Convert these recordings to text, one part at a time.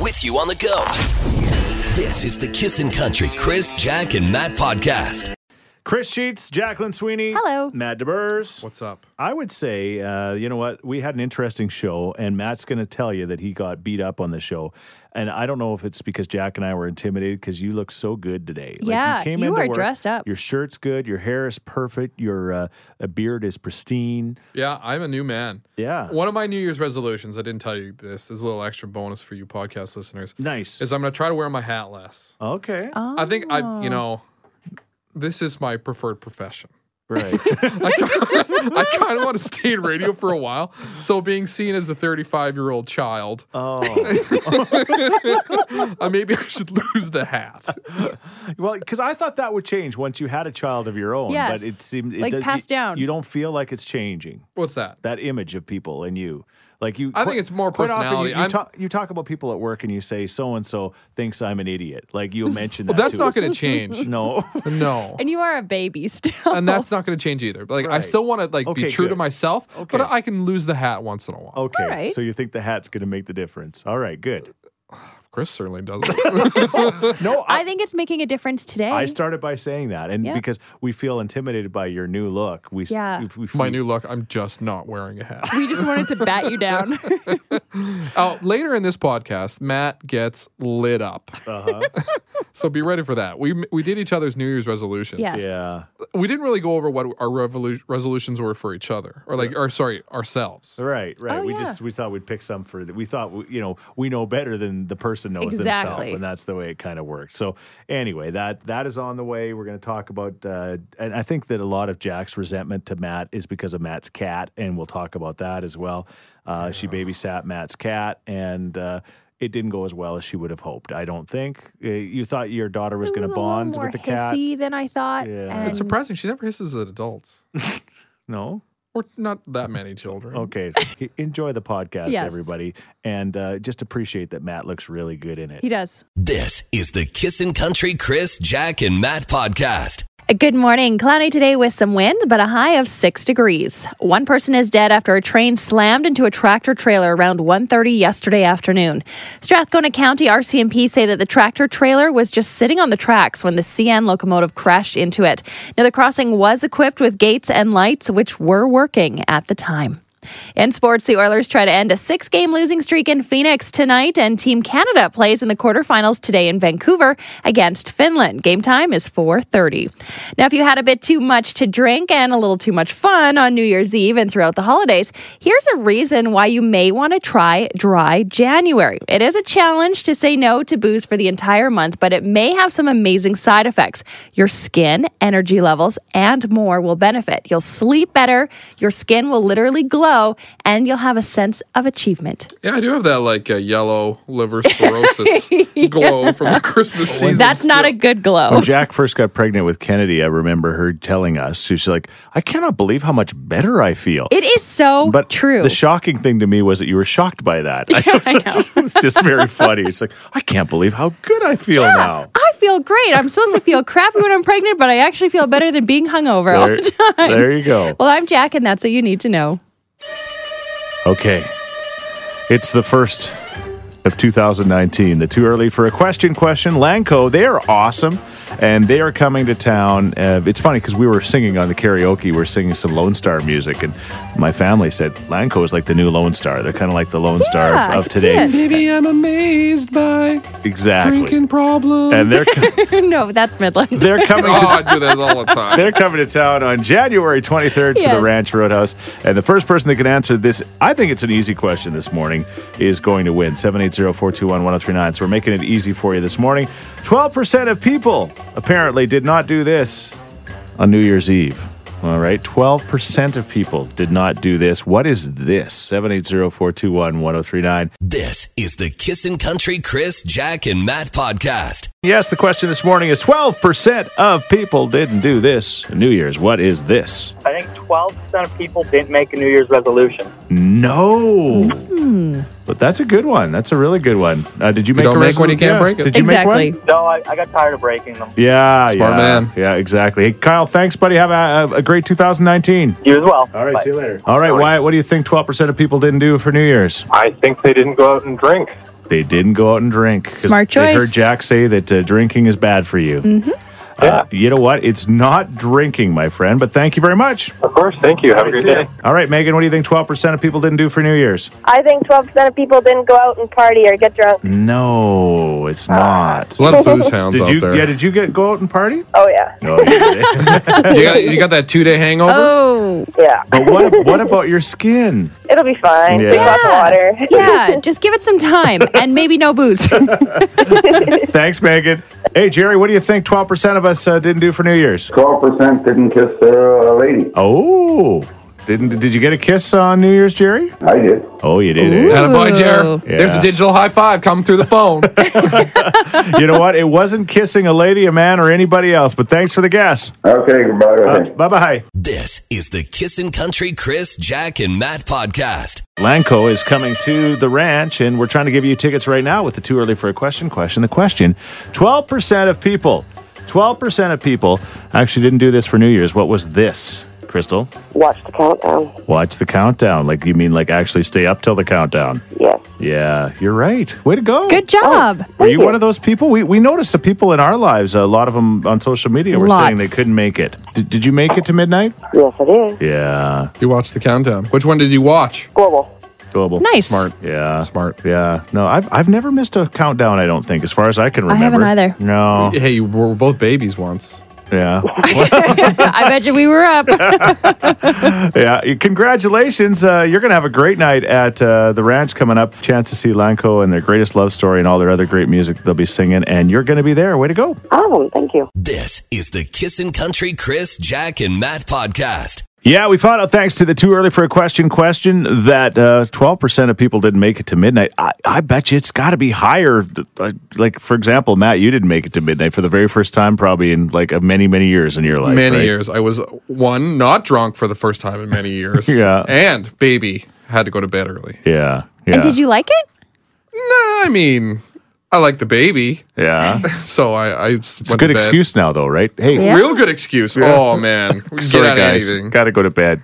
with you on the go. This is the Kissin' Country Chris, Jack, and Matt podcast. Chris Sheets, Jacqueline Sweeney. Hello. Matt DeBurs. What's up? I would say, uh, you know what? We had an interesting show, and Matt's going to tell you that he got beat up on the show. And I don't know if it's because Jack and I were intimidated because you look so good today. Yeah, you into are dressed up. Your shirt's good. Your hair is perfect. Your uh, uh, beard is pristine. Yeah, I'm a new man. Yeah. One of my New Year's resolutions, I didn't tell you this, is a little extra bonus for you podcast listeners, Nice. is I'm going to try to wear my hat less. Okay. Uh. I think Oh. I, Ah. you know, this is my preferred profession. Right. I kind of want to stay in radio for a while. So being seen as the 35 year old child, Oh. uh, maybe I should lose the hat. Well, because I thought that would change once you had a child of your own. Yes. But it seemed it Like does- passed you- down. You don't feel like it's changing. What's that? that image of people and you. Like you, I think it's more quite often personality. You, you, I'm- talk, you talk about people at work and you say so and so thinks I'm an idiot. Like you mention that. That's to not us. going to change. No. No. And you are a baby still. And that's not going to change either. Like I Right. still want to like Okay, be true to good. myself, but Okay. Oh. I can lose the hat once in a while. Okay. right. So you think the hat's going to make the difference? All right. Good. Chris certainly doesn't. No, I. I think it's making a difference today. I started by saying that, and Yeah. because we feel intimidated by your new look, we s- Yeah. if we, my new look. I'm just not wearing a hat. we just wanted to bat you down. Oh, later in this podcast, Matt gets lit up. Uh-huh. So be ready for that. We we did each other's New Year's resolutions. yes. yeah, We didn't really go over what our revolu- resolutions were for each other, or like, or sorry, ourselves. right, right. Oh, we yeah. just we thought we'd pick some for that. We thought we- you know we know better than the person knows Exactly. themselves, and that's the way it kind of worked. So anyway, that that is on the way. We're going to talk about, uh, and I think that a lot of Jack's resentment to Matt is because of Matt's cat, and we'll talk about that as well. Uh, She babysat Matt's cat, and. Uh, it didn't go as well as she would have hoped. I don't think uh, you thought your daughter was It going was to a little bond more with the cat. hissy than I thought. Yeah. And It's surprising she never hisses at adults, No, or not that many children. Okay. E- Enjoy the podcast, Yes. everybody. And uh, just appreciate that Matt looks really good in it. he does. This is the Kissin' Country Chris, Jack, and Matt podcast. Good morning. Cloudy today with some wind, but a high of six degrees. One person is dead after a train slammed into a tractor trailer around 1.30 yesterday afternoon. Strathcona County RCMP say that the tractor trailer was just sitting on the tracks when the CN locomotive crashed into it. Now, the crossing was equipped with gates and lights, which were working at the time. In sports, the Oilers try to end a six game losing streak in Phoenix tonight, and Team Canada plays in the quarterfinals today in Vancouver against Finland. Game time is 4.30. Now, if you had a bit too much to drink and a little too much fun on New Year's Eve and throughout the holidays, here's a reason why you may want to try Dry January. It is a challenge to say no to booze for the entire month, but it may have some amazing side effects. Your skin, energy levels, and more will benefit. You'll sleep better, your skin will literally glow, and you'll have a sense of achievement. Yeah, I do have that like uh, yellow liver cirrhosis glow from the Christmas season. That's not still. a good glow. When Jack first got pregnant with Kennedy, I remember her telling us, she's like, I cannot believe how much better I feel. It is so but true. the shocking thing to me was that you were shocked by that. I know. it was just very funny. It's like, I can't believe how good I feel now. I feel great. I'm supposed to feel crappy when I'm pregnant, but I actually feel better than being hungover all There, the time. there you go. Well, I'm Jack, and that's what you need to know. Okay. It's the first of 2019. The Too Early for a Question question. Lanco, they are awesome, and they are coming to town. Uh, it's funny because we were singing on the karaoke, we were singing some Lone Star music, and my family said Lanco is like the new Lone Star. They're kind of like the Lone Star Yeah, I of, of can see today. Maybe I'm amazed by Exactly. drinking problems. And they're co- no, that's Midland. they're coming oh, to I do this all the time. They're coming to town on January 23rd to the Yes. Ranch Roadhouse. And the first person that can answer this, I think it's an easy question this morning, is going to win 780 421 1039. So we're making it easy for you this morning. 12% of people apparently did not do this on New Year's Eve. All right, 12% of people did not do this. What is this? 780 421 1039. This is the Kissin' Country Chris, Jack, and Matt podcast. Yes, the question this morning is 12% of people didn't do this on New Year's. What is this? I think 12% of people didn't make a New Year's resolution. No. Hmm. But that's a good one. That's a really good one. Uh, did you make don't a make one, resolu- you can't yeah. break it. Did you exactly. make one? No, I, I got tired of breaking them. Yeah, Smart yeah, man. Yeah, exactly. Hey, Kyle, thanks, buddy. Have a, a- a great 2019. You as well. Bye. later. All right, Wyatt, what do you think 12% of people didn't do for New Year's? I think they didn't go out and drink. They didn't go out and drink. 'cause Smart They heard choice. Jack say that uh, drinking is bad for you. Mm-hmm. Uh, you know what? It's not drinking, my friend, but thank you very much. Of course. Thank you. Have a good See ya. day. All right, Megan, what do you think 12% of people didn't do for New Year's? I think 12% of people didn't go out and party or get drunk. Mm. No, it's not. A lot of booze hounds Did out you? there. Yeah, did you get go out and party? Oh, yeah. No, you didn't. you, got, you got that two day hangover? Oh, Yeah. but what? What about your skin? It'll be fine. Yeah. Drink lots of Yeah. water. yeah. Just give it some time and maybe no booze. Thanks, Megan. Hey, Jerry, what do you think 12% of us uh, didn't do for New Year's? 12% didn't kiss their uh, lady. Oh, didn't? Did you get a kiss on New Year's, Jerry? I did. Oh, you did. eh? Attaboy, Ooh. Jer. There's Yeah. a digital high five coming through the phone. you know what? It wasn't kissing a lady, a man, or anybody else. But thanks for the Uh, guess. Okay, goodbye. okay. Bye bye. This is the Kissin' Country Chris, Jack, and Matt podcast. Lanco is coming to the ranch, and we're trying to give you tickets right now with the too early for a question question. The question 12% of people, 12% of people actually didn't do this for New Year's. What was this, Crystal? Watch the countdown. Watch the countdown. Like, you mean like actually stay up till the countdown? Yes. Yeah, you're right. Way to go. Good job. Were you one of those people? We, we noticed the people in our lives, a lot of them on social media were saying they Lots. couldn't make it. Did, did you make it to midnight? Yes, I did. Yeah, you watched the countdown. Which one did you watch? Global. global. Nice. Smart. Yeah. Smart. Yeah. No, I've I've never missed a countdown, I don't think, as far as I can I remember. haven't either. No. Hey, you were both babies once. Yeah. I bet you we were up. yeah. Congratulations. Uh, you're going to have a great night at uh, the ranch coming up. Chance to see Lanco and their greatest love story and all their other great music they'll be singing. And you're going to be there. Way to go. Awesome. Thank you. This is the Kissin' Country Chris, Jack, and Matt podcast. Yeah, we found out thanks to the too early for a question question that uh, 12% of people didn't make it to midnight. I, I bet you it's got to be higher. Th- uh, Like, for example, Matt, you didn't make it to midnight for the very first time probably in like a many, many years in your life. many right? years. I was one not drunk for the first time in many years. Yeah. and baby had to go to bed early. Yeah. Yeah. And did you like it? Nah, I mean, I like the baby, Yeah. so I. I it's It's a good excuse now, though, right? Hey, Yeah. Real good excuse. Oh man, we can get sorry, out of guys. anything. Got to go to bed.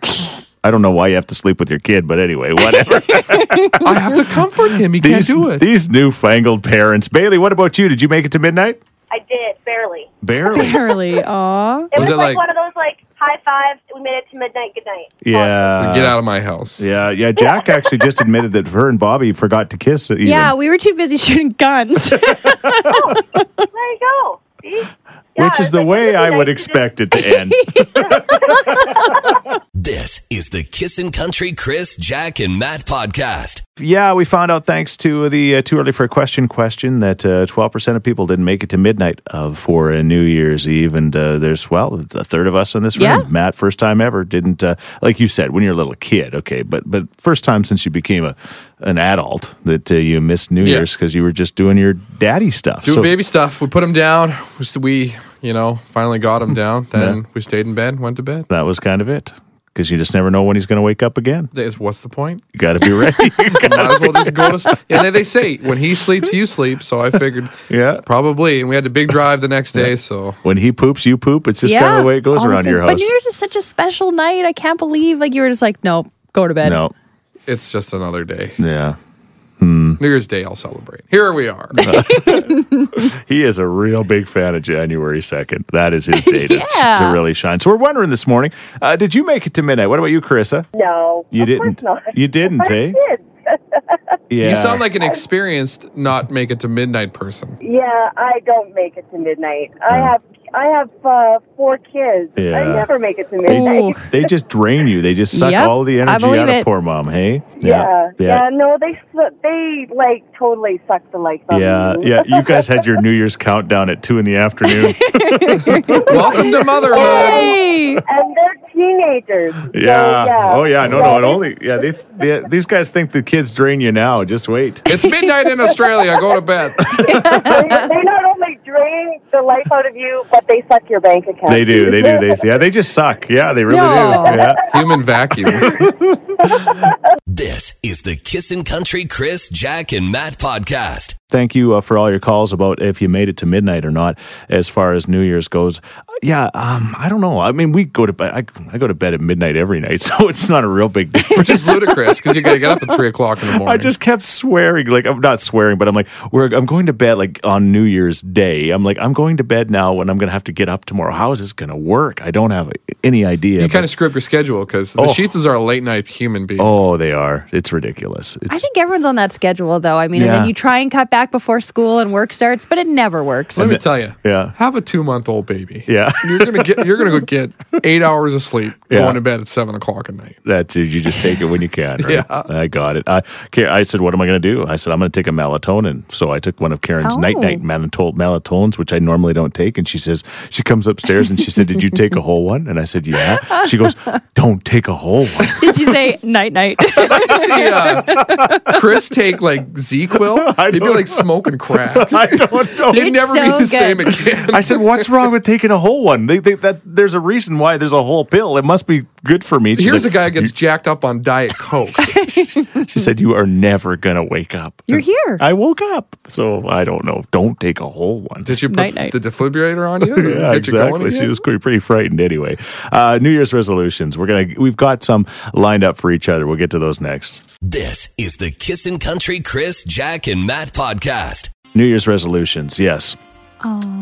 I don't know why you have to sleep with your kid, but anyway, whatever. I have to comfort him. He these, can't do it. these newfangled parents. Bailey, what about you? Did you make it to midnight? I did, barely. Barely. Early. Aw. It Was was, it like, like- one of those, like, high fives. We made it to midnight. Good night. Yeah. get out of my house. Yeah, yeah. Jack actually just admitted that her and Bobby forgot to kiss. Even. Yeah, we were too busy shooting guns. There you go. See? Yeah, which is it's the like, way it'd be I nice would to just- expect it to end. This is the Kissin' Country Chris, Jack, and Matt podcast. yeah, we found out thanks to the uh, too early for a question question that uh, 12% of people didn't make it to midnight uh, for uh, New Year's Eve, and uh, there's well a third of us in this room. Yeah. Matt, first time ever, didn't uh, like you said when you're a little kid, okay, but but first time since you became a an adult that uh, you missed New Yeah. Year's because you were just doing your daddy stuff. Do baby stuff. We put him down. We- We, you know, finally got him down. Then we stayed in bed, went to bed. That was kind of it. Because you just never know when he's going to wake up again. There's- What's the point? You got to be ready. Might as well just go to sleep. And then they say, when he sleeps, you sleep. So I figured, Yeah. probably. And we had a big drive the next day. So when he poops, you poop. It's just kind of the way it goes all of a around your sudden. house. But New Year's is such a special night. I can't believe like you were just like, nope, go to bed. no, it's just another day. yeah, Hmm. New Year's Day, I'll celebrate. Here we are. he is a real big fan of January second. That is his day to, Yeah. to really shine. So we're wondering this morning, uh, did you make it to midnight? What about you, Carissa? No. You of didn't. Course not. You didn't, I eh? did. Yeah. You sound like an experienced, not make it to midnight person. Yeah, I don't make it to midnight. I have I have uh, four kids. I Oh. Yeah. never make it to midnight. Ooh. they just drain you. They just suck Yep, all the I energy believe out of it. poor mom. Hey. Yeah. Yeah. Yeah. no, they su- they like totally suck the life out Yeah, of me. yeah, you guys had your New Year's countdown at two in the afternoon. Welcome to motherhood. Hey. And they're teenagers. so, yeah. yeah. Oh yeah. No, no. It they- only. Yeah. They, they, these guys think the kids drain you now. Just wait. It's midnight in Australia. Go to bed. they, they not only drain the life out of you, but they suck your bank account. They do. They do. They yeah. They just suck. Yeah. They really No. do. Yeah. Human vacuums. This is the Kissin' Country Chris, Jack, and Matt podcast. Thank you uh, for all your calls about if you made it to midnight or not, as far as New Year's goes. Yeah, um, I don't know. I mean, we go to bed. I, I go to bed at midnight every night, so it's not a real big difference. Which is ludicrous because you got to get up at three o'clock in the morning. I just kept swearing, like I'm not swearing, but I'm like, we're, I'm going to bed like on New Year's Day. I'm like, I'm going to bed now, and I'm going to have to get up tomorrow. How is this going to work? I don't have any idea. you kind but- of screw up your schedule because the Oh. sheets is our late night human beings. oh, they are. It's ridiculous. It's, I think everyone's on that schedule, though. I mean, and Yeah. then you try and cut back before school and work starts, but it never works. let me tell you. Yeah. Have a two month old baby. yeah. You're gonna get. You're gonna go get eight hours of sleep Yeah. going to bed at seven o'clock at night. That you just take it when you can. Right? Yeah. I got it. I, Ka- I said, what am I going to do? I said, I'm going to take a melatonin. So I took one of Karen's Oh. night night manitol- melatonins, which I normally don't take. And she says, she comes upstairs and she said, did you take a whole one? And I said, yeah. She goes, don't take a whole one. Did you say night night? See, uh, Chris take like Z-Quil. I He'd be don't like smoking crack. I don't know. You'd It's never be so the good. same again. I said, "What's wrong with taking a whole one? They, they, that there's a reason why there's a whole pill. It must be good for me." She Here's said, a guy who gets jacked up on Diet Coke. She said, "You are never gonna wake up." You're here. I woke up, so I don't know. Don't take a whole one. Did you put Night, night. the defibrillator on you? to yeah, get you going exactly. She again? was pretty, pretty frightened anyway. Uh, New Year's resolutions. We're gonna we've got some lined up for each other. We'll get to those next. This is the Kissin' Country Chris, Jack, and Matt podcast. New Year's resolutions. Yes.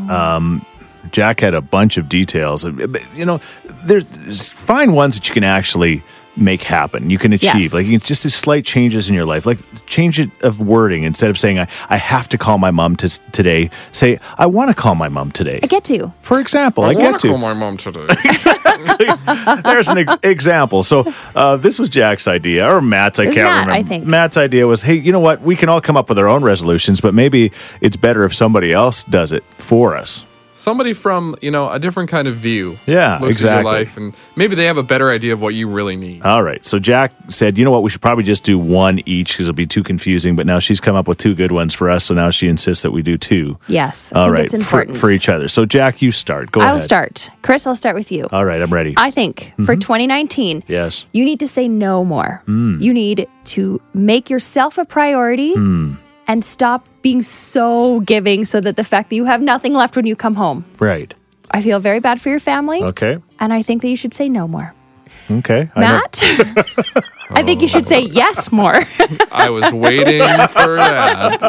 Um, Jack had a bunch of details. Uh, But, You know, there's find ones that you can actually make happen. You can achieve. Yes. Like it's just these slight changes in your life. Like change it of wording instead of saying I, I have to call my mom t- today. Say I want to call my mom today. I get to. For example, I, I, get want to to. call my mom today. There's an ex- example. So uh, this was Jack's idea, or Matt's. I It was can't Matt, remember. I think. Matt's idea was, hey, you know what? We can all come up with our own resolutions, but maybe it's better if somebody else does it for us. Somebody from you know a different kind of view. Yeah, looks at exactly. your life and maybe they have a better idea of what you really need. All right. So Jack said, you know what? We should probably just do one each because it'll be too confusing. But now she's come up with two good ones for us. So now she insists that we do two. Yes. I All think right. It's for, important. for each other. So Jack, you start. Go I'll ahead. start. Chris, I'll start with you. All right. I'm ready. I think for Mm-hmm. 2019, yes. you need to say no more. Mm. You need to make yourself a priority Mm. and stop being so giving so that the fact that you have nothing left when you come home. Right. I feel very bad for your family. Okay. And I think that you should say no more. Okay. Uh, I know- Matt, I think you should say yes more. I was waiting for that.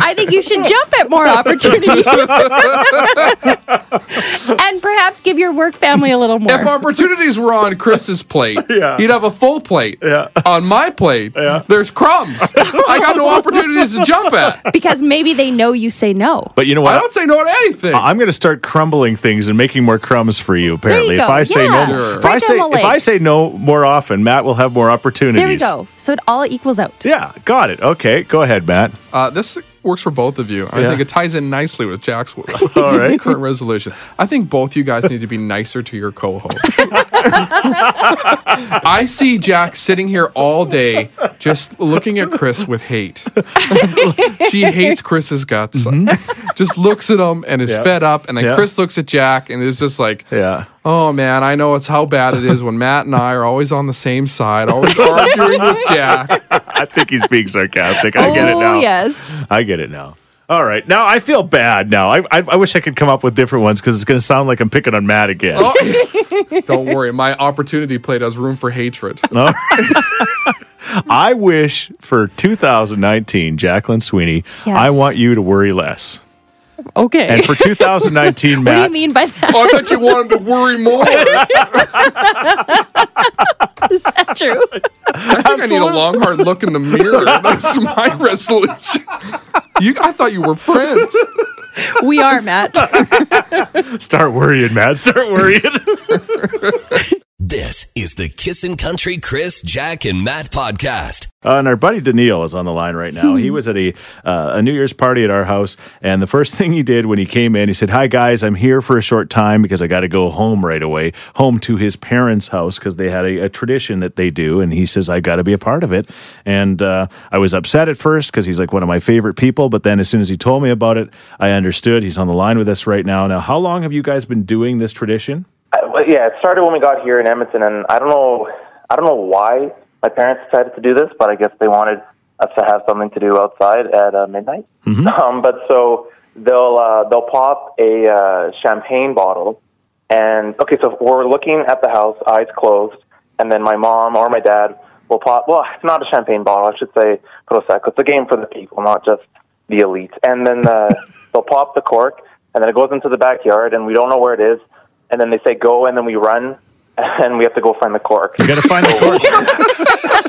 I think you should jump at more opportunities. and perhaps give your work family a little If more. opportunities were on Chris's plate, Yeah. he'd have a full plate. Yeah. On my plate, there's crumbs. I got no opportunities to jump at. Because maybe they know you say no. But you know I what? don't say no to anything. I'm going to start crumbling things and making more crumbs for you. Apparently, go. if I say no, Yeah. Sure. if Right I down say the if lake. I say no more often, Matt will have more opportunities. There we go. So it all equals out. Yeah, got it. Okay, go ahead, Matt. Uh, this works for both of you. I Yeah. think it ties in nicely with Jack's All right. current resolution. I think both you guys need to be nicer to your co-hosts. I see Jack sitting here all day just looking at Chris with hate. she hates Chris's guts. Just looks at him and is Mm-hmm. Yeah. fed up. And then Yeah. Chris looks at Jack and is just like, Yeah. Oh man, I know it's how bad it is when Matt and I are always on the same side, always arguing with Jack. I think he's being sarcastic. I get it Oh, now. yes. I get it now. All right. Now I feel bad now. I, I, I wish I could come up with different ones because it's going to sound like I'm picking on Matt again. Oh, don't worry, my opportunity plate has room for hatred. I wish for 2019, Jacqueline Sweeney, Yes. I want you to worry less. Okay. And for 2019, what do Matt, you mean by that? Oh, I thought you wanted to worry more. I Is that true? think I need a long, hard look in the mirror. That's my resolution. You, I thought you were friends. We are, Matt. start worrying, Matt. Start worrying. This is the Kissin' Country Chris, Jack, and Matt podcast. Uh, and our buddy Daniil is on the line right now. he was at a uh, a New Year's party at our house, and the first thing he did when he came in, he said, "Hi guys, I'm here for a short time because I got to go home right away, home to his parents' house because they had a, a tradition that they do." And he says, "I got to be a part of it." And uh, I was upset at first because he's like one of my favorite people, but then as soon as he told me about it, I understood. He's on the line with us right now. Now, how long have you guys been doing this tradition? Uh, well, yeah, it started when we got here in Edmonton, and I don't know, I don't know why my parents decided to do this, but I guess they wanted us to have something to do outside at uh, midnight. Um, but so they'll uh, they'll pop a uh, champagne bottle, and okay, so we're looking at the house, eyes closed, and then my mom or my dad will pop. Well, it's not a champagne bottle, I should say prosecco. It's a game for the people, not just the elite. And then uh, they'll pop the cork, and then it goes into the backyard, and we don't know where it is. And then they say go, and then we run, and we have to go find the cork. You got to find the cork.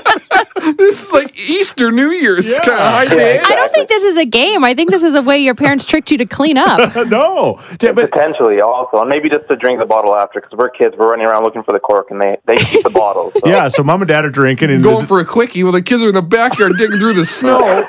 This is like Easter, New Year's Yeah. kind of high day. I don't think this is a game. I think this is a way your parents tricked you to clean up. no. Yeah, but Potentially, also, and maybe just to drink the bottle after, because we're kids, we're running around looking for the cork, and they they keep the bottle. So. yeah, so mom and dad are drinking and Going for a quickie while the kids are in the backyard digging through the snow.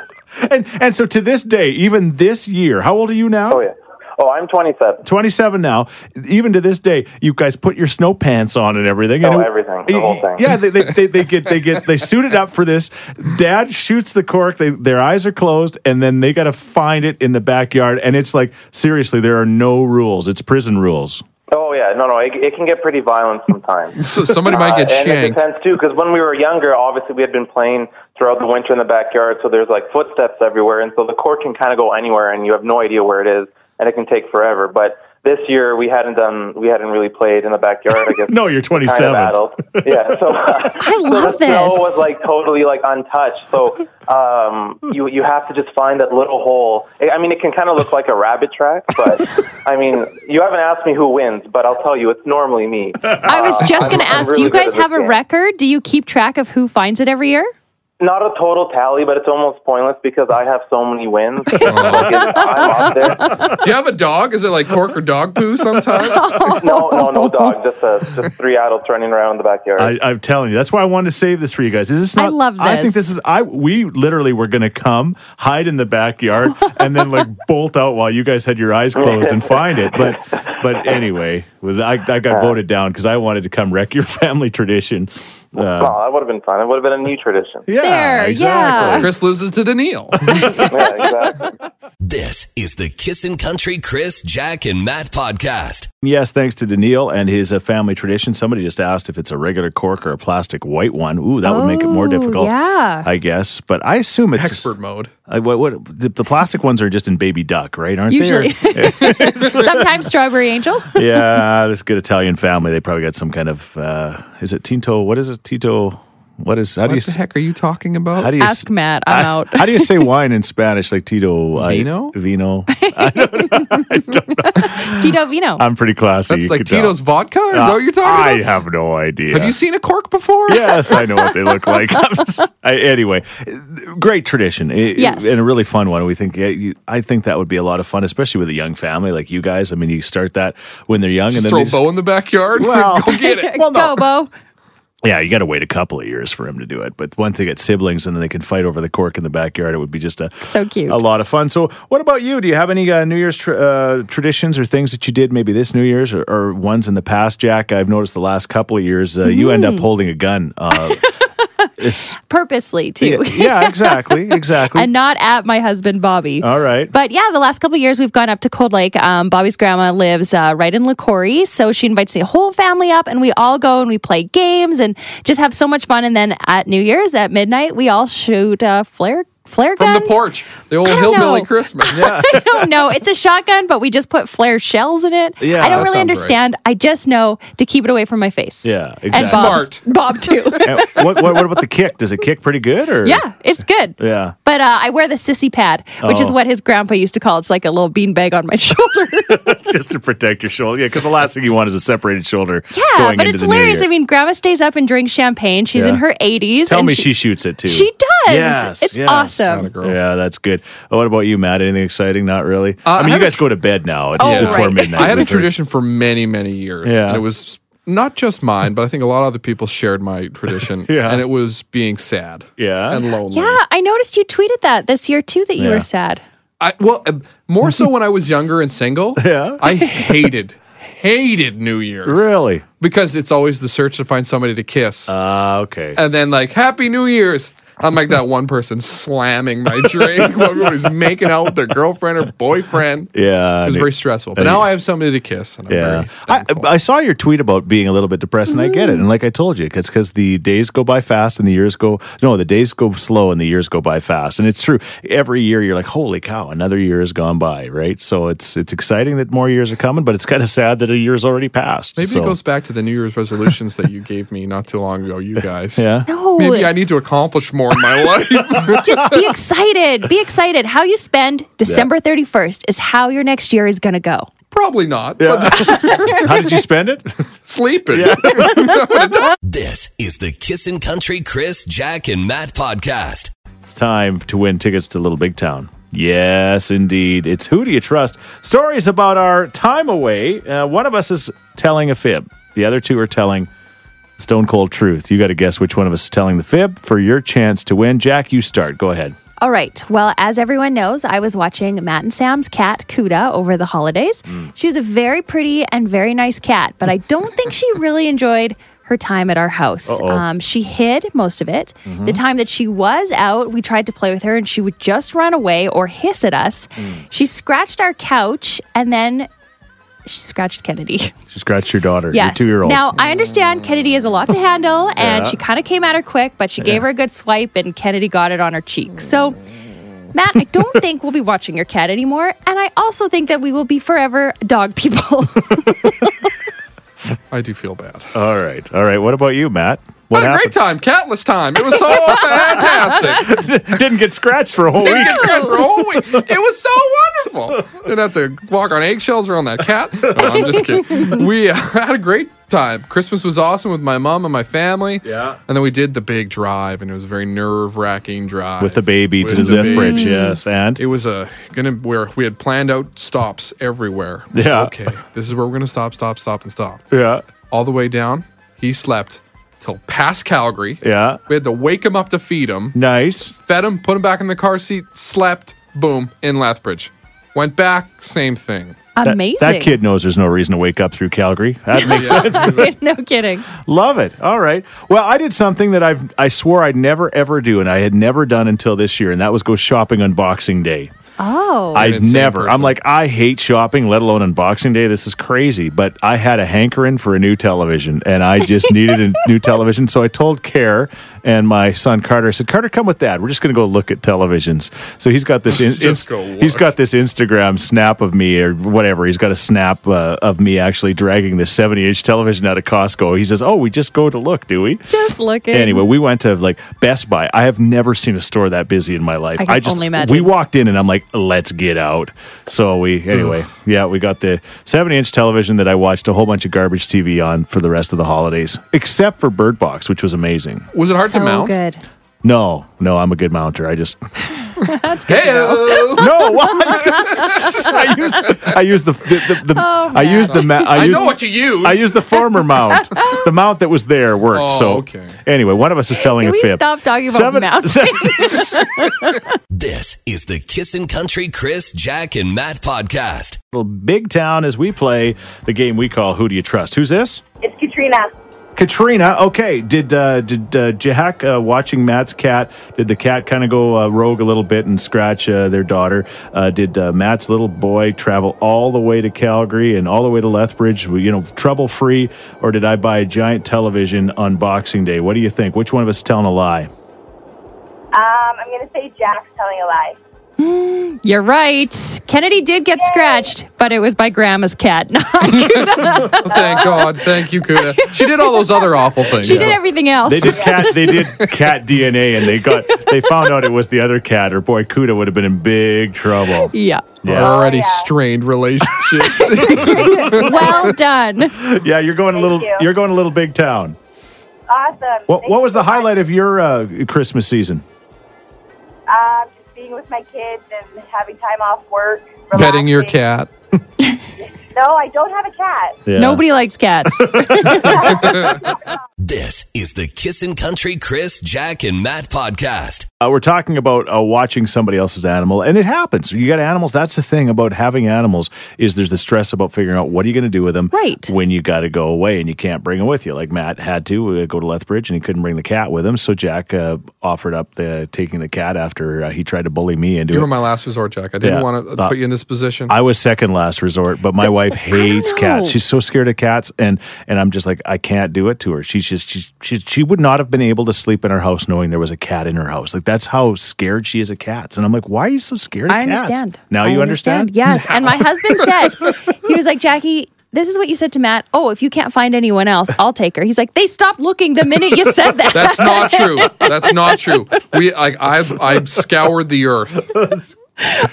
and and so to this day, even this year, how old are you now? Oh yeah. Oh, I'm 27. 27 now. Even to this day, you guys put your snow pants on and everything. and Oh, it- everything, the whole thing. Yeah, they, they, they, they get they get they suited up for this. Dad shoots the cork. They, their eyes are closed, and then they got to find it in the backyard. And it's like seriously, there are no rules. It's prison rules. Oh yeah. No, no, it, it can get pretty violent sometimes. So somebody might get Uh, and it shanked. depends too, because when we were younger, obviously we had been playing throughout the winter in the backyard, so there's like footsteps everywhere, and so the cork can kind of go anywhere, and you have no idea where it is, and it can take forever. But this year we hadn't done, we hadn't really played in the backyard. I guess No, you're kind 27. of adult. Yeah. So I love so the snow this. was like totally like untouched. So um, you you have to just find that little hole. I I mean, it can kind of look like a rabbit track, but I mean, you haven't asked me who wins, but I'll tell you, it's normally me. I was just Uh, I'm- going to I'm ask do really you good guys at this have a game. record? Do you keep track of who finds it every year? Not a total tally, but it's almost pointless because I have so many wins. Like, it's- I'm up there. Do you have a dog? Is it like cork or dog poo sometimes? No, no, no dog. Just uh, just three adults running around in the backyard. I, uh, I'm telling you, that's why I wanted to save this for you guys. Is this I not? love I think this. this is. I we literally were gonna come hide in the backyard and then like bolt out while you guys had your eyes closed and find it. But but anyway, with I, I got voted down because I wanted to come wreck your family tradition. Uh, oh, that would have been fun. It would have been a new tradition. yeah, There, exactly. Chris loses to Daniil. Yeah, exactly. This is the Kissin' Country Chris, Jack, and Matt podcast. Yes, thanks to Daniil and his uh, family tradition. Somebody just asked if it's a regular cork or a plastic white one. Ooh, that would make it more Oh, difficult. yeah. I guess. But I assume it's Expert mode. I, what, what the, the plastic ones are just in baby duck, right? Aren't Usually. they? Sometimes Strawberry Angel. Or- yeah, this good Italian family. They probably got some kind of uh, is it Tinto? What is it? Tito? What is how do you What the s- heck are you talking about? how do you s- Ask Matt. I'm out. How do you say wine in Spanish? Like Tito I- Vino? vino. Tito Vino. I'm pretty classy. That's you like could tell. Uh, Tito's vodka? Is that what you're talking I about? have no idea. Have you seen a cork before? yes, I know what they look like. I'm s- I, anyway, great tradition. I- Yes. and a really fun one. We think yeah, you, I think that would be a lot of fun, especially with a young family like you guys. I mean, you start that when they're young, and Just then throw they a just- bow in the backyard. Well- Go get it. well, no. Go, Bo. yeah, you got to wait a couple of years for him to do it. But once they get siblings and then they can fight over the cork in the backyard, it would be just a So cute. a lot of fun. So, what about you? Do you have any uh, New Year's tr uh, traditions or things that you did maybe this New Year's or, or ones in the past, Jack? I've noticed the last couple of years uh, you end up Mm-hmm. holding a gun. Uh, it's- Purposely, too. yeah, yeah, exactly, exactly. and not at my husband, Bobby. All right. But yeah, the last couple of years we've gone up to Cold Lake. Um, Bobby's grandma lives uh, right in LaCourie, so she invites the whole family up, and we all go and we play games and just have so much fun. And then at New Year's at midnight, we all shoot uh, flare flare From guns the porch. The old I don't hillbilly know. Christmas. I don't know. It's a shotgun, but we just put flare shells in it. Yeah, I that don't really sounds understand. I just know to keep it away from my face. Yeah, and exactly. Smart. Bob's, Bob too. And what, what, what about the kick? Does it kick pretty good? Or yeah, it's good. yeah. But uh, I wear the sissy pad, which is Oh. what his grandpa used to call. it. It's like a little beanbag on my shoulder. just to protect your shoulder. Yeah, because the last thing you want is a separated shoulder. Yeah, going but into it's the new hilarious. year. I mean, Grandma stays up and drinks champagne. She's Yeah. in her 80s. tell and me she, shoots it too. She does. Yes, it's yes. Not a awesome. girl. Yeah, that's good. Oh, what about you, Matt? Anything exciting? Not really. Uh, I I mean, you had guys a- go to bed now at- Oh, before right. midnight. I had a We've heard- tradition for many, many years. Yeah. And it was not just mine, but I think a lot of other people shared my tradition. Yeah. And it was being sad. Oh Yeah. And lonely. Yeah, I noticed you tweeted that this year too that you Yeah. were sad. I, well, uh, more so when I was younger and single. Yeah. I hated, hated New Year's. Really? Uh, Because it's always the search to find somebody to kiss. Ah, okay. and then like Happy New Year's. I'm like that one person slamming my drink while everybody's making out with their girlfriend or boyfriend. Yeah. It was very stressful. But now I have somebody to kiss. And I'm Yeah. very I, thankful. I saw your tweet about being a little bit depressed, and I Mm-hmm. get it. And like I told you, it's because the days go by fast and the years go, no, the days go slow and the years go by fast. And it's true. Every year you're like, holy cow, another year has gone by, right? So it's it's exciting that more years are coming, but it's kind of sad that a year's already passed. Maybe So- it goes back to the New Year's resolutions that you gave me not too long ago, you guys. Yeah. No. Maybe I need to accomplish more in my life. Just be excited. Be excited. How you spend December 31st is how your next year is going to go. Probably not. Yeah. But How did you spend it? sleeping. This is the Kissin' Country Chris, Jack, and Matt podcast. It's time to win tickets to Little Big Town. Yes, indeed. It's Who Do You Trust? Stories about our time away. Uh, one of us is telling a fib, the other two are telling stone cold truth. You got to guess which one of us is telling the fib for your chance to win. Jack, you start. Go ahead. All right. Well, as everyone knows, I was watching Matt and Sam's cat, Cuda, over the holidays. She was a very pretty and very nice cat, but I don't think she really enjoyed her time at our house. Um, she hid most of it. The time that she was out, we tried to play with her and she would just run away or hiss at us. She scratched our couch and then she scratched Kennedy. She scratched your daughter, Yes. your two year old. Now I understand Kennedy is a lot to handle, and Yeah. she kind of came at her quick, but she gave her a good swipe, and Kennedy got it on her cheek. So, Matt, I don't think we'll be watching your cat anymore, and I also think that we will be forever dog people. I do feel bad. all right. All right. What about you, Matt? What What a great happened? time. Catless time. It was so fantastic. Didn't get scratched for a whole Didn't week. get scratched for a whole week. It was so wonderful. Didn't have to walk on eggshells around that cat. No, I'm just kidding. We uh, had a great time. Christmas was awesome with my mom and my family. Yeah. And then we did the big drive, and it was a very nerve wracking drive. With the baby With to the death baby. bridge. Yes. And It was a gonna where we had planned out stops everywhere. Yeah. Okay. This is where we're gonna stop, stop, stop, and stop. yeah. All the way down, he slept till past Calgary. Yeah. We had to wake him up to feed him. Nice. Fed him, put him back in the car seat, slept, boom, in Lethbridge. Went back, same thing. That- Amazing. That, kid knows there's no reason to wake up through Calgary. That makes sense. no kidding. Love it. All right. Well, I did something that I've I swore I'd never ever do, and I had never done until this year, and that was go shopping on Boxing Day. Oh, I insane never. I'm person. like, I hate shopping, let alone on Boxing Day. This is crazy. But I had a hankering for a new television, and I just needed a new television. So I told Care and my son Carter. I said, Carter, come with Dad. We're just going to go look at televisions. So he's got this. In, Just in- go look. he's got this Instagram snap of me or whatever. He's got a snap uh, of me actually dragging this 70 inch television out of Costco. He says, "Oh, we just go to look, do we?" just looking. Anyway, we went to like Best Buy. I have never seen a store that busy in my life. I can just only imagine. we walked in and I'm like, let's get out. So we anyway, yeah, we got the 70 inch television that I watched a whole bunch of garbage TV on for the rest of the holidays, except for Bird Box, which was amazing. Was it hard so to mount? good. No, no, I'm a good mounter. I just Hey, no. What? I used I used the the, the, the Oh, I used the ma- I, I used, know what you use. I used the former mount. the mount that was there worked. Oh, so okay. anyway, one of us is telling Can a we fib. stop talking about mounts? seven- This is the Kissin' Country Chris, Jack, and Matt podcast. Little big town as we play the game we call Who Do You Trust? Who's this? It's Katrina. Um, Katrina. Okay. Did uh, did uh, Jack uh, watching Matt's cat? Did the cat kind of go uh, rogue a little bit and scratch uh, their daughter? Uh, did uh, Matt's little boy travel all the way to Calgary and all the way to Lethbridge? You know, trouble free, or did I buy a giant television on Boxing Day? What do you think? Which one of us is telling a lie? Um, I'm going to say Jack's telling a lie. You're right. Kennedy did get scratched, but it was by Grandma's cat. Thank God. Thank you, Kuda. She did all those other awful things. she did everything else. They did cat. They did cat DNA, and they got. They found out it was the other cat, or boy, Kuda would have been in big trouble. Yeah. Already Oh, strained relationship. Well done. Yeah, you're going a little. you. You. are going a little big town. Awesome. What, Thank what you was so the much. highlight of your uh, Christmas season? Um, just being with my kids and having time off work. Petting your relaxing. cat. No, I don't have a cat. Yeah. Nobody likes cats. This is the Kissin' Country Chris, Jack, and Matt podcast. Uh, we're talking about uh, watching somebody else's animal, and it happens. You got animals. That's the thing about having animals is there's the stress about figuring out what are you going to do with them Right. when you got to go away and you can't bring them with you. Like Matt had to uh, go to Lethbridge and he couldn't bring the cat with him, so Jack uh, offered up the taking the cat after uh, he tried to bully me into You were it. my last resort, Jack. I didn't Yeah, want to that- put you in this position. I was second last resort, but my wife hates cats. know. She's so scared of cats, and and I'm just like I can't do it to her. She's just she, she she would not have been able to sleep in her house knowing there was a cat in her house. Like that's how scared she is of cats. And I'm like, why are you so scared of I cats? understand. Now I you understand? Yes. And my husband said, he was like, Jackie, this is what you said to Matt. Oh, if you can't find anyone else, I'll take her. He's like, they stopped looking the minute you said that. That's not true. That's not true. We like I've I've scoured the earth.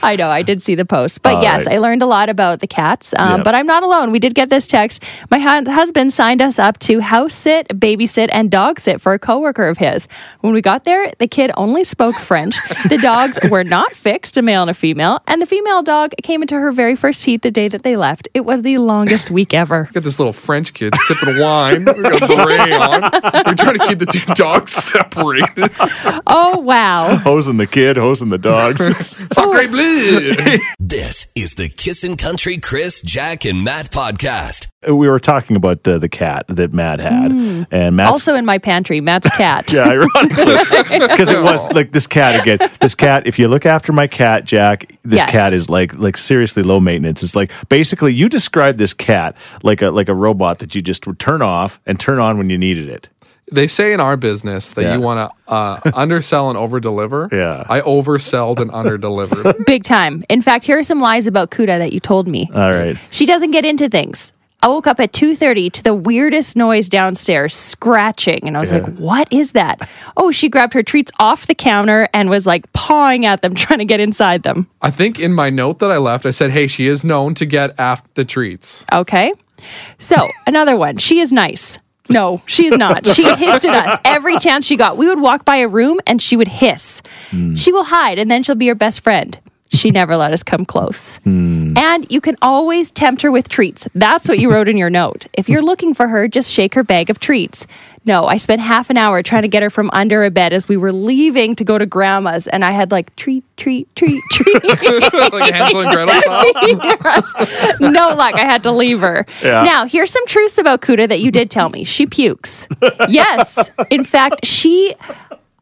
I know. I did see the post. But All yes, right. I learned a lot about the cats. Um, Yeah. But I'm not alone. We did get this text. My hu- husband signed us up to house sit, babysit, and dog sit for a coworker of his. When we got there, the kid only spoke French. the dogs were not fixed, a male and a female. And the female dog came into her very first heat the day that they left. It was the longest week ever. Got this little French kid sipping wine. We got a beret on. We're trying to keep the two dogs separated. Oh, wow. Hosing the kid, hosing the dogs. Sacre bleu. This is the Kissin' Country Chris, Jack, and Matt podcast. we were talking about the, the cat that Matt had, Hmm. and Matt's Also in my pantry, Matt's cat. Yeah, ironically, because it was like this cat again. This cat. If you look after my cat, Jack, this Yes. cat is like like seriously low maintenance. It's like basically you described this cat like a like a robot that you just would turn off and turn on when you needed it. They say in our business that Yeah. you want to uh, undersell and overdeliver. Yeah. I overselled and underdelivered. Big time. In fact, here are some lies about Kuda that you told me. All right. She doesn't get into things. I woke up at 2:30 to the weirdest noise downstairs, scratching, and I was like, "What is that?" Oh, she grabbed her treats off the counter and was like pawing at them trying to get inside them. I think in my note that I left, I said, "Hey, she is known to get after the treats." Okay? So, another one. She is nice. No, she is not. She hissed at us every chance she got. We would walk by a room and she would hiss. She will hide and then she'll be your best friend. She never let us come close. And you can always tempt her with treats. That's what you wrote in your note. If you're looking for her, just shake her bag of treats. No, I spent half an hour trying to get her from under a bed as we were leaving to go to grandma's, and I had like treat, treat, treat, treat. like Hansel and Gretel style. Yes. no luck. I had to leave her. Yeah. Now, here's some truths about Kuda that you did tell me. She pukes. yes. In fact, she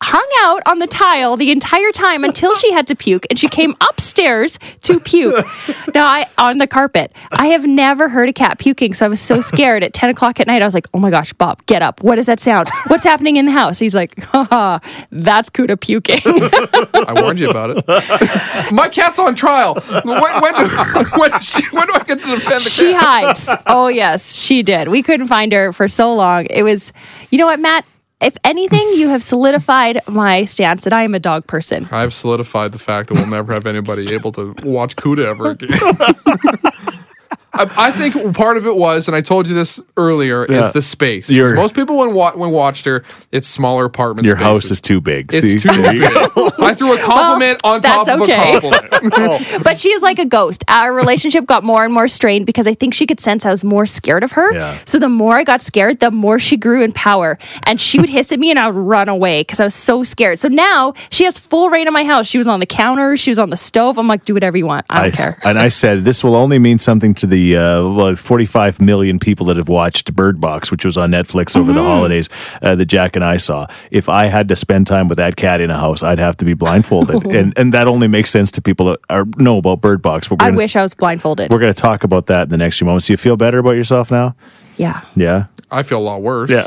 hung out on the tile the entire time until she had to puke and she came upstairs to puke now i on the carpet i have never heard a cat puking so i was so scared at 10 o'clock at night i was like oh my gosh bob get up what is that sound what's happening in the house he's like haha that's kuda puking I warned you about it. My cat's on trial. When, when, when, she, when do I get to defend the she cat? hides. Oh yes, she did. We couldn't find her for so long. It was, you know what, Matt. If anything, you have solidified my stance that I am a dog person. I've solidified the fact that we'll never have anybody able to watch Cuda ever again. I, I think part of it was, and I told you this earlier, Yeah. is the space. 'Cause Your- most people when wa- when watched her, it's smaller apartment. Your spaces. house is too big. It's See? too big. I threw a compliment on top that's of okay. a compliment. But she is like a ghost. Our relationship got more and more strained because I think she could sense I was more scared of her. Yeah. So the more I got scared, the more she grew in power. And she would hiss at me and I would run away because I was so scared. So now she has full reign in my house. She was on the counter, she was on the stove. I'm like, do whatever you want. I don't care. and I said this will only mean something to the uh, well, 45 million people that have watched Bird Box, which was on Netflix over Mm-hmm. the holidays uh, that Jack and I saw. If I had to spend time with that cat in a house, I'd have to be blindfolded, and and that only makes sense to people that are, know about Bird Box. But we're I gonna, wish I was blindfolded. we're going to talk about that in the next few moments. Do you feel better about yourself now? Yeah. Yeah. I feel a lot worse. Yeah.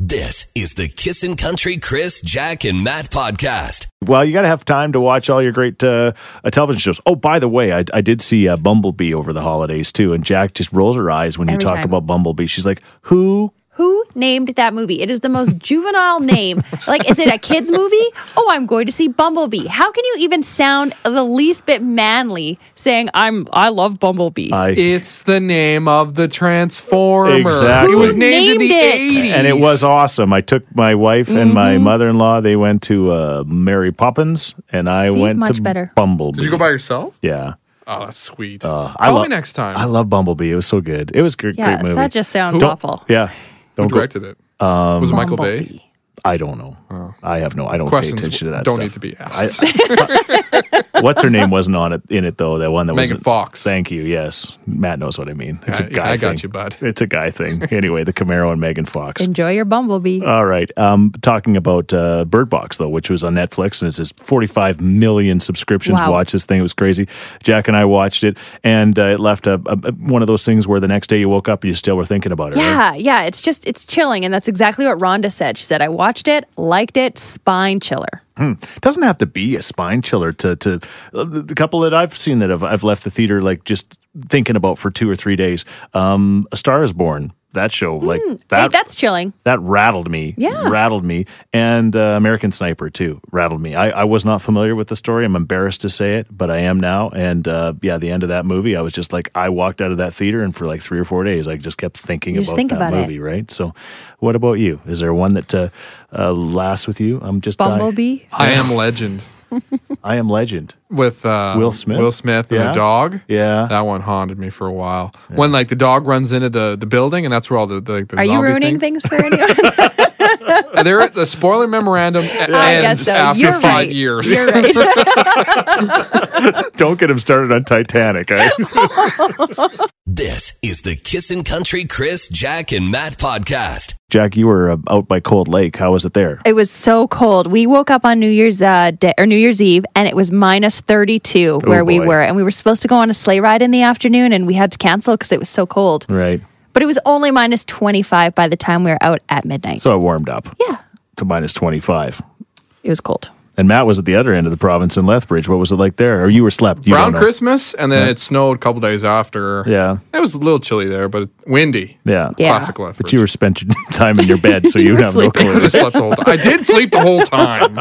This is the Kissin' Country Chris, Jack, and Matt podcast. Well, you got to have time to watch all your great uh, uh, television shows. Oh, by the way, I, I did see uh, Bumblebee over the holidays too, and Jack just rolls her eyes when you Every talk time. about Bumblebee. She's like, "Who Who named that movie? It is the most juvenile name. Like, is it a kids' movie? Oh, I'm going to see Bumblebee. How can you even sound the least bit manly saying I'm I love Bumblebee? I?" It's the name of the Transformer. Exactly. It was Who named, in named the it? 80s. and it was awesome. I took my wife and Mm-hmm. my mother-in-law. They went to uh, Mary Poppins, and I See? went Much to better. Bumblebee. Did you go by yourself? Yeah, Oh, that's sweet. Uh, I Call lo- me next time. I love Bumblebee. It was so good. It was a great, yeah, great movie. that just sounds Don't- awful. Yeah. Don't Who go- directed it? Um, was it Michael Bay? Bumblebee. I don't know. I have no. I don't pay Questions attention to that. don't stuff. need to be asked. What's her name wasn't on it in it though. That one that was Megan Fox. Thank you. Yes, Matt knows what I mean. It's a I- guy. I got thing. you, bud. It's a guy thing. Anyway, the Camaro and Megan Fox. Enjoy your bumblebee. All right. Um, talking about uh, Bird Box though, which was on Netflix and it says 45 million subscriptions Wow. watch this thing. It was crazy. Jack and I watched it, and uh, it left a, a, one of those things where the next day you woke up and you still were thinking about it. right? yeah, yeah. It's just it's chilling, and that's exactly what Rhonda said. She said, "I watched it, liked it, spine chiller." It doesn't have to be a spine chiller to to uh, the couple that I've seen that have I've left the theater like just thinking about for two or three days. Um, a Star is Born. That show, like that, Mm, hey, that's chilling. that rattled me. Yeah. rattled me. And uh, American Sniper too rattled me. I, I was not familiar with the story. I'm embarrassed to say it, but I am now. And uh, yeah, the end of that movie, I was just like, I walked out of that theater, and for like three or four days, I just kept thinking You about just think that about it. movie. Right. So, what about you? Is there one that uh, uh, lasts with you? I'm just dying. Bumblebee. I Am Legend I am Legend. with uh, Will Smith? Will Smith and Yeah. the dog. Yeah. That one haunted me for a while. When like the dog runs into the, the building and that's where all the, the, the Are you zombie ruining things- things for anyone? They're at the spoiler memorandum I guess ends so. after You're five right. years. You're right. Don't get him started on Titanic. eh? This is the Kissin' Country Chris, Jack, and Matt podcast. Jack, you were uh, out by Cold Lake. How was it there? It was so cold. We woke up on New Year's uh, day, or New Year's Eve, and it was minus thirty two where we Oh, boy. were, and we were supposed to go on a sleigh ride in the afternoon, and we had to cancel because it was so cold. Right. But it was only minus twenty five by the time we were out at midnight. So I warmed up yeah, to minus 25. it was cold. And Matt was at the other end of the province in Lethbridge. What was it like there? Or you were slept. You don't Around know. Christmas and then it snowed a couple days after. Yeah. It was a little chilly there, but windy. Yeah. Yeah. Classic Lethbridge. But you were spent your time in your bed, so you, were have no sleeping. I clue. just slept the whole time. I did sleep the whole time.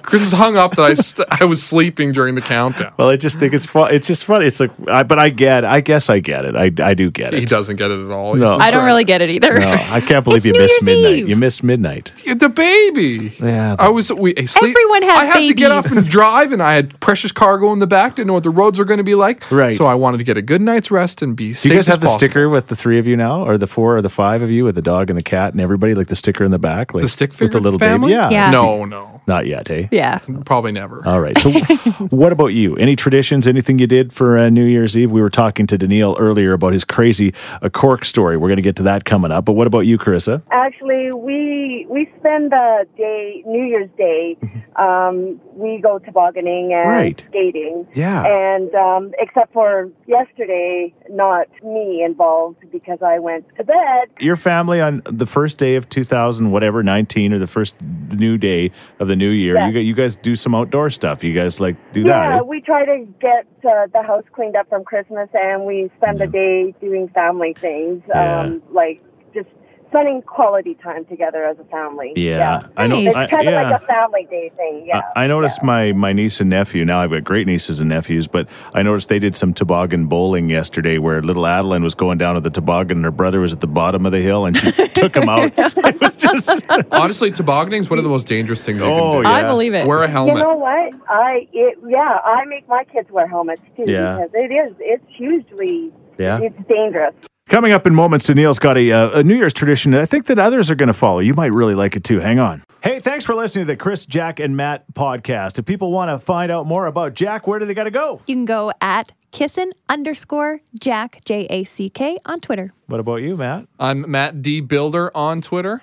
Chris is hung up that I st- I was sleeping during the countdown. Well, I just think it's fun. It's just funny. It's like, I, but I get. I guess I get it. I, I do get He it. doesn't get it at all. No. He's I don't just really get it either. No, I can't believe It's you New missed Year's midnight. Eve. You missed midnight. like, the baby. Yeah, the- I was. We I sleep. Everyone has I had to get up babies. and drive, and I had precious cargo in the back. Didn't know what the roads were going to be like. Right. So I wanted to get a good night's rest and be Do safe. you guys as have the possible. sticker with the three of you now, or the four or the five of you with the dog and the cat and everybody, like the sticker in the back, like The stick with the figure little family? baby? Yeah. Yeah. No, no, Not yet, eh? Yeah. probably never. All right. So, what about you? Any traditions? Anything you did for uh, New Year's Eve? We were talking to Daniil earlier about his crazy uh, cork story. We're going to get to that coming up. But what about you, Carissa? Actually, we we spend the day New Year's Day. Um, we go tobogganing and Mm-hmm. Right. skating. Yeah. And um, except for yesterday, not me involved because I went to bed. Your family on the first day of 2000, whatever, 19, or the first new day of the new year, you, Yeah. gu- you guys do some outdoor stuff. You guys like do that. Yeah, eh? we try to get uh, the house cleaned up from Christmas, and we spend the day doing family things, Yeah. um, like just spending quality time together as a family. I know. Nice. I- It's kind of yeah. Uh, like a family day thing. Yeah. I I noticed my, my niece and nephew. Now I've got great nieces and nephews, but I noticed they did some toboggan bowling yesterday, where little Adeline was going down to the toboggan, and her brother was at the bottom of the hill, and she took him out. It was just Honestly, tobogganing is one of the most dangerous things you Oh, can do. yeah. I believe it. Wear a You helmet. know what? I it yeah. I make my kids wear helmets too Yeah. because it is it's hugely Yeah. it's dangerous. coming up in moments. Daniil's got a, uh, a New Year's tradition that I think that others are going to follow. You might really like it too. Hang on. Hey, thanks for listening to the Chris, Jack, and Matt podcast. If people want to find out more about Jack, where do they got to go? You can go at kissin underscore Jack, J A C K, on Twitter. What about you, Matt? I'm Matt D Builder on Twitter.